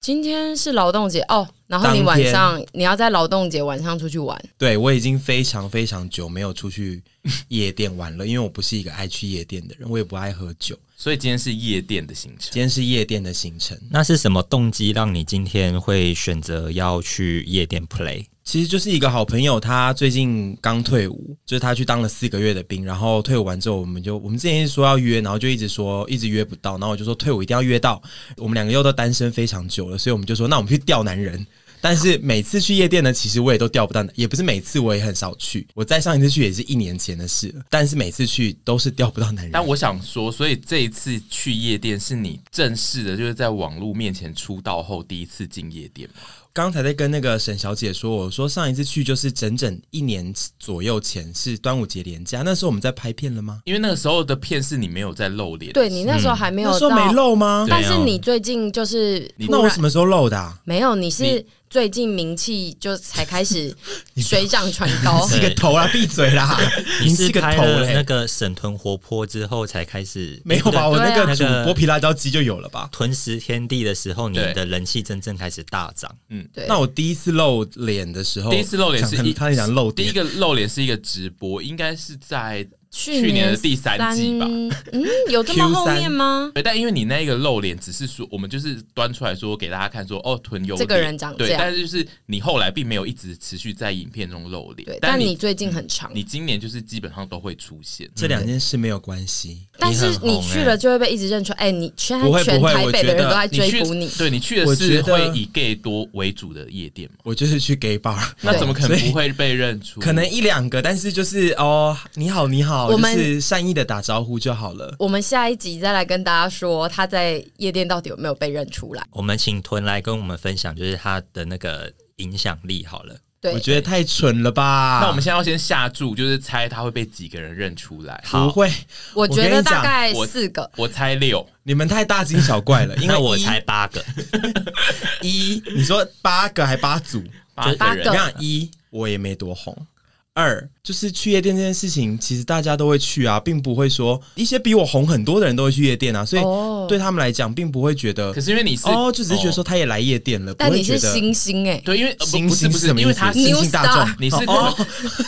今天是劳动节哦，然后你当晚天上你要在劳动节晚上出去玩，对我已经非常非常久没有出去夜店玩了，因为我不是一个爱去夜店的人，我也不爱喝酒。所以今天是夜店的行程今。天是夜店的行程，那是什么动机让你今天会选择要去夜店 play？其实就是一个好朋友，他最近刚退伍，就是他去当了四个月的兵，然后退伍完之后，我们就我们之前一直说要约，然后就一直说一直约不到，然后我就说退伍一定要约到。我们两个又都单身非常久了，所以我们就说那我们去钓男人。但是每次去夜店呢，其实我也都钓不到，也不是每次我也很少去，我再上一次去也是一年前的事了，但是每次去都是钓不到男人。但我想说，所以这一次去夜店是你正式的，就是在网络面前出道后第一次进夜店吗刚才在跟那个沈小姐说，我说上一次去就是整整一年左右前，是端午节连假，那时候我们在拍片了吗？因为那个时候的片是你没有在露脸，对你那时候还没有嗯那时到，候没露吗？对但是你最近就是突那然我什么时候露的、啊？没有，你是你最近名气就才开 始水涨船高，是个头啦，闭嘴啦！你您是个拍头了那嘞，个沈豚活泼之后才开始？没有吧？对我那对个啊主播皮辣椒鸡就有了吧？吞食天地的时候，你对的人气真正开始大涨。对，那我第一次露脸的时候，第一次露脸是想一他想露第一点，个露脸是一个直播，应该是在去去年年的第三季吧嗯，有这么 Q 后三面吗？对，但因为你那一个露脸，只是说我们就是端出来说给大家看说，哦，臀有这个点人长这对，样但是就是你后来并没有一直持续在影片中露脸对，，但但你你最近很长，你今年就是基本上都会出现，这两件事没有关系。但是你你欸很红去了就会被一直认出，哎，你全不会全不会台我北觉的人得都在你追去捕你，对你去的我是觉得会以 gay 多为主的夜店嘛？我就是去 gay bar，嗯那怎么可所能以不会被认出？可能一两个，但是就是哦，你好你好，我们就是善意的打招呼就好了。我们下一集再来跟大家说他在夜店到底有没有被认出来。我们请豚来跟我们分享，就是他的那个影响力好了。对我，觉得太蠢了吧？啊那我们现在要先下注，就是猜他会被几个人认出来。好不会，我觉跟得你大讲概我四个，我猜六，你们太大惊小 怪了，因为那我一才八个，一，你说八个还八组，八八个人个你看一我也没多红。二就是去夜店这件事情，其实大家都会去啊，并不会说一些比我红很多的人都会去夜店啊，所哦以对他们来讲，并不会觉得可是因为你是哦，就只是觉得说他也来夜店了，不但会你觉是得星星哎、对，因为、呃、不新不是星不是是什，么意因为思他？是新兴大 New 众，你是哦，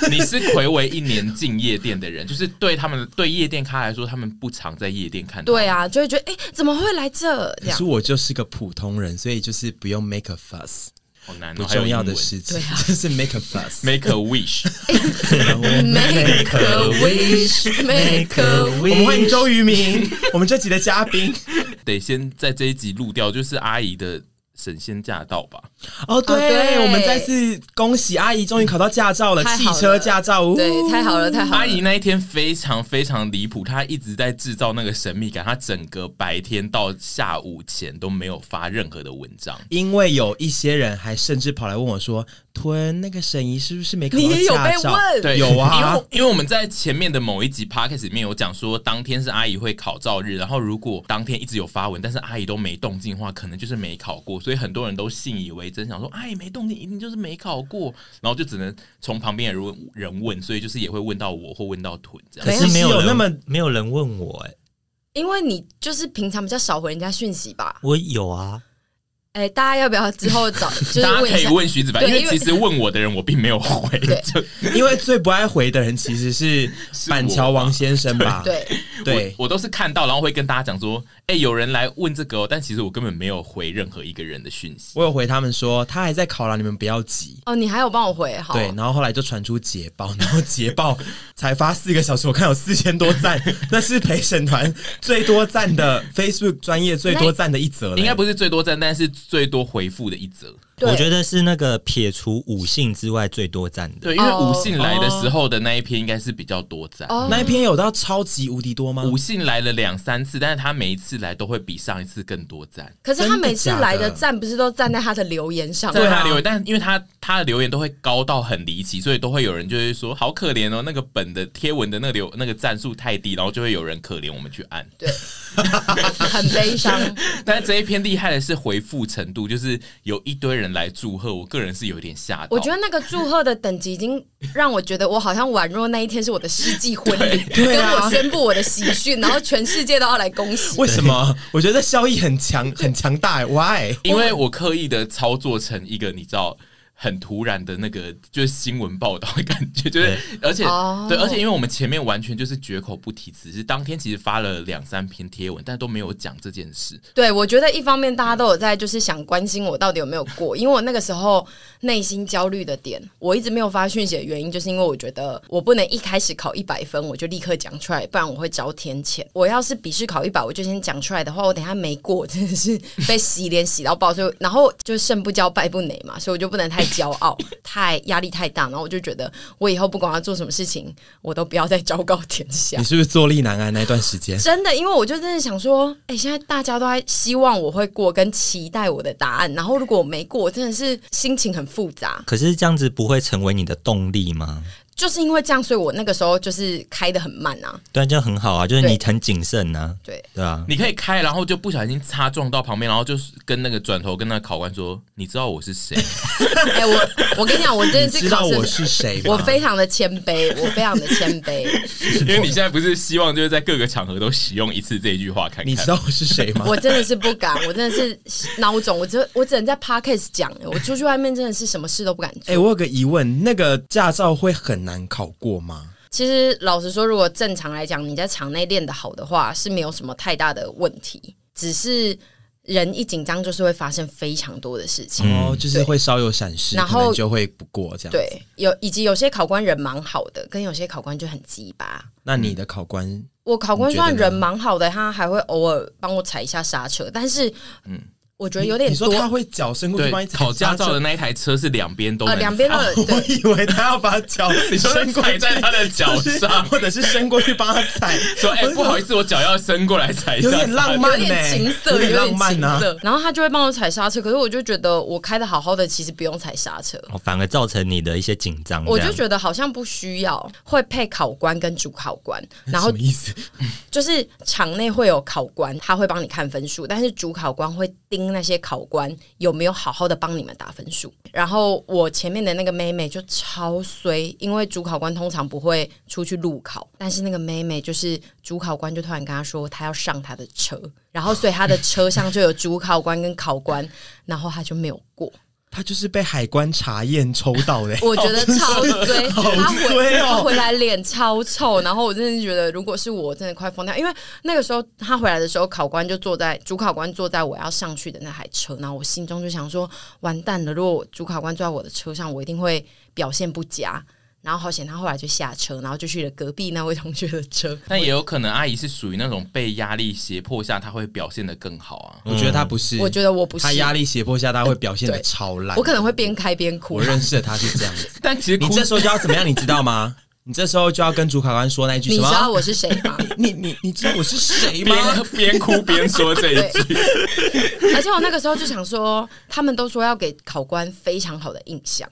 你是暌违一年进夜店的人，就是对他们对夜店咖来说，他们不常在夜店看到。对啊，就会觉得哎、怎么会来这这可样是？我就是个普通人，所以就是不用 make a fuss，好难、不哦，还有重要的英文事情对啊就是 make a fuss。 Make a wish， Make a wish, make a 我 wish。们欢迎周渝民， 我们这集的 嘉宾。得先在这一集录掉，就是阿姨的神仙驾到吧。哦，对，对我们再次恭喜阿姨终于考到驾照了，太汽好车了驾照。呜对，太好了， 太好阿了。姨那一天非常非常离谱，她一直在制造那个神秘感，她整个白天到下午前都没有发任何的文章。因为有一些人还甚至跑来问我说：“吞，那个沈怡是不是没考到你也有驾被照？”问对，有因 啊为。因为我们在前面的某一集 podcast 里面有讲说，当天是阿姨会考照日，然后如果当天一直有发文，但是阿姨都没动静的话，可能就是没考过，所以很多人都信以为真，想说阿姨没动静，一定就是没考过，然后就只能从旁边的人人问，所以就是也会问到我或问到屯这样。可是没有人那么没有人问我、哎，因为你就是平常比较少回人家讯息吧？我有啊，哎、大家要不要之后找就是大家问可一以下？问徐子凡，对因为因为其实问我的人我并没有回， 对就 因为最不爱回的人其实是是板我桥吧王先生吧？对，对我，我都是看到，然后会跟大家讲说，哎、有人来问这个、哦，但其实我根本没有回任何一个人的讯息。我有回他们说他还在考啦，你们不要急。哦，你还有帮我回好？对，然后后来就传出捷报，然后捷报才发四个小时，我看有四千多赞，那是陪审团最多赞的 Facebook 专业最多赞的一则了。应该不是最多赞，但是最多回复的一则。对我觉得是那个撇除五姓之外最多赞的。对，因为哦吴信来的时候的那一篇应该是比较多赞。哦，那一篇有到超级无敌多吗？吴信来了两三次，但是他每一次来都会比上一次更多赞。可是他每次来真的假的的赞不是都站在他的留言上吗？在啊他留言，但因为他他的留言都会高到很离奇，所以都会有人就会说好可怜哦，那个本的贴文的那个流那个赞数太低，然后就会有人可怜我们去按。对，很悲伤。但是这一篇厉害的是回复程度，就是有一堆人来祝贺，我个人是有点吓到。我觉得那个祝贺的等级已经让我觉得我好像宛若那一天是我的世纪婚礼， 对跟啊我宣布我的喜讯，然后全世界都要来恭喜。 为什么？我觉得效益很强，很强大、欸。Why？因为我刻意的操作成一个你知道。很突然的那个就是新闻报道的感觉，就是而且哦对，而且因为我们前面完全就是绝口不提，只是当天其实发了两三篇贴文，但都没有讲这件事。对，我觉得一方面大家都有在就是想关心我到底有没有过，因为我那个时候内心焦虑的点，我一直没有发讯息的原因，就是因为我觉得我不能一开始考一百分我就立刻讲出来，不然我会遭天谴。我要是笔试考一百，我就先讲出来的话，我等一下没过，真的是被洗脸洗到爆。所以，然后就胜不骄败不馁嘛，所以我就不能太骄傲，太压力太大。然后我就觉得，我以后不管要做什么事情，我都不要再 昭告天下你。是不是坐立难安那段时间？真的，因为我就真的想说，哎、现在大家都在希望我会过，跟期待我的答案。然后如果我没过，我真的是心情很复杂。可是这样子不会成为你的动力吗？就是因为这样，所以我那个时候就是开的很慢啊。对啊，这样很好啊，就是你对很谨慎啊，对，对啊，你可以开，然后就不小心擦撞到旁边，然后就是跟那个转头跟那个考官说：“你知道我是谁 哎、我我跟你讲，我真的你是知道考试我是谁我吗？非常的谦卑，我非常的谦 卑。？”因为你现在不是希望就是在各个场合都使用一次这一句话，看看你知道我是谁吗？我真的是不敢，我真的是孬种，我只我只能在 podcast 讲，我出去外面真的是什么事都不敢做。哎、我有个疑问，那个驾照会很难考过吗？其实老实说，如果正常来讲，你在场内练得好的话，是没有什么太大的问题，只是人一紧张就是会发生非常多的事情。哦，就是会稍有闪失，然可后能就会不过这样。，对，有以及有些考官人蛮好的，跟有些考官就很鸡巴。那你的考官我考官你觉得算呢人蛮好的，他还会偶尔帮我踩一下刹车，但是，嗯，我觉得有点你说多。他会脚伸过去帮对你踩考驾照的刹那一台车是两边都呃，啊哦能两边都 踩有车，我对，以为他要把脚 你说伸过踩去在他的脚就是上 或者是伸过去帮他踩， 说：“哎、不好意思，我脚要伸过来踩一下。”有点浪漫有呢、点情色，有有点浪漫情啊。 色。然后他就会帮我踩刹车，可是我就觉得我开的好好的，其实不用踩刹车。哦反而造成你的一些紧张。我这就样觉得好像不需要会配考官跟主考官，嗯然后什么意思？就是场内会有考官，他会帮你看分数，但是主考官会盯那些考官有没有好好的帮你们打分数。然后我前面的那个妹妹就超衰，因为主考官通常不会出去路考，但是那个妹妹就是主考官就突然跟她说她要上她的车，然后所以她的车上就有主考官跟考官，然后她就没有过。他就是被海关查验抽到的、我觉得超衰，好他回衰哦他回来脸超臭，然后我真的觉得，如果是我，真的快疯掉。因为那个时候他回来的时候，考官就坐在主考官坐在我要上去的那台车，然后我心中就想说，完蛋了，如果主考官坐在我的车上，我一定会表现不佳。然后好险，他后来就下车，然后就去了隔壁那位同学的 车。但也有可能阿姨是属于那种被压力胁迫下，她会表现的更好啊。 我觉得他不是，我觉得我不是他，压力胁迫下，他会表现的对超烂。我可能会边开边哭我。认识的他是这样 子。但其实你哭这时候就要怎么样，你知道吗？你这时候就要跟主考官说那一句你什知道么？我是谁 吗？你你你知道我是谁吗？边 边哭边说这一 句，而且我那个时候就想说，他们都说要给考官非常好的印象，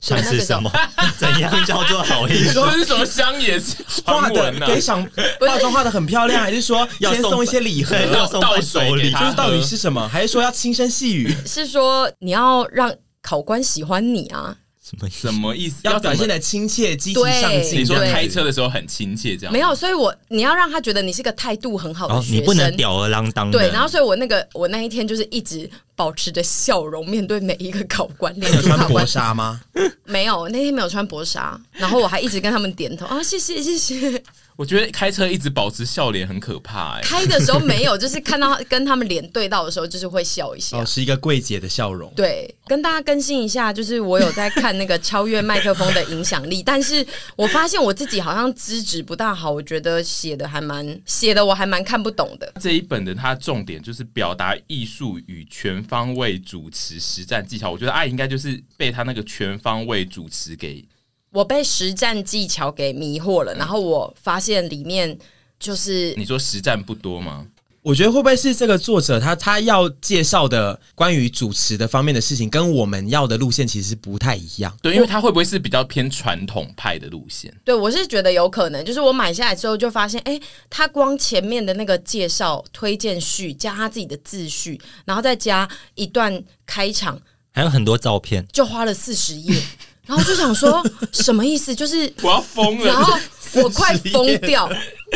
所以我算那是个时什候么？ 怎样叫做好意 思？这是什么乡野画传的闻呢、啊非常化妆画的很漂亮，还是说要先送送一些礼盒？对就要送伴手礼倒水给他是到底是什么？还是说要轻声细语？是说你要让考官喜欢你啊，什么意思什么意思？要怎表么现的亲切、积极对上你进？说这样子开车的时候很亲切，这样没有，所以我你要让他觉得你是个态度很好的哦，学生，你不能吊儿郎当的。对，然后所以我那个我那一天就是一直保持着笑容面对每一个考官，连 你有主穿考薄官纱吗？没有，那天没有穿薄纱，然后我还一直跟他们点头啊，谢谢谢谢。我觉得开车一直保持笑脸很可怕、哎，开的时候没有，就是看到跟他们脸对到的时候，就是会笑一下哦，。是一个柜姐的笑容。对，跟大家更新一下，就是我有在看那个超越麦克风的影响力，但是我发现我自己好像资质不大好，我觉得写的还蛮写的我还蛮看不懂的。这一本的它重点就是表达艺术与全方位主持实战技巧。我觉得爱应该就是被他那个全方位主持给我被实战技巧给迷惑了，然后我发现里面就是你说实战不多吗？我觉得会不会是这个作者他他要介绍的关于主持的方面的事情，跟我们要的路线其实不太一样。对，因为他会不会是比较偏传统派的路线？对，我是觉得有可能，就是我买下来之后就发现，哎，他光前面的那个介绍、推荐序，加他自己的自序，然后再加一段开场，还有很多照片，就花了四十页，然后就想说什么意思？就是我要疯然后 了！我快疯掉，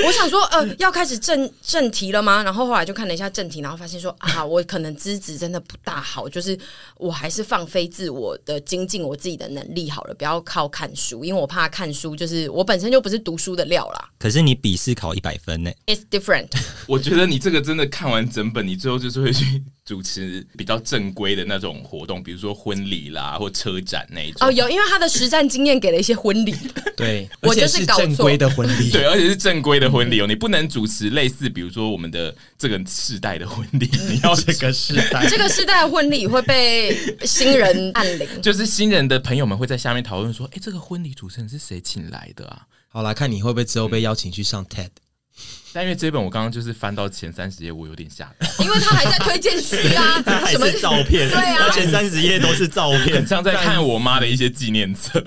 我想说，呃，要开始正正题了吗？然后后来就看了一下正题，然后发现说啊，我可能资质真的不大好，就是我还是放飞自我的精进我自己的能力好了，不要靠看书，因为我怕看书就是我本身就不是读书的料啦。可是你笔试考一百分呢、 It's different，我觉得你这个真的看完整本，你最后就是会去主持比较正规的那种活动，比如说婚礼啦或车展那一种。哦，有，因为他的实战经验给了一些婚礼，对，我而且就是是搞错正规的婚礼。对，而且是正规的婚礼哦，你不能主持类似，比如说我们的这个世代的婚礼，你 要这个是代这个时代的婚礼会被新人按铃。就是新人的朋友们会在下面讨论说，哎、这个婚礼主持人是谁请来的啊？好啦，看你会不会之后被邀请去上 TED。但因为这本我刚刚就是翻到前三十页，我有点吓到，因为他还在推荐序啊，什么片对啊前三十页都是照片很像在看我妈的一些纪念册。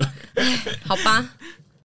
好吧，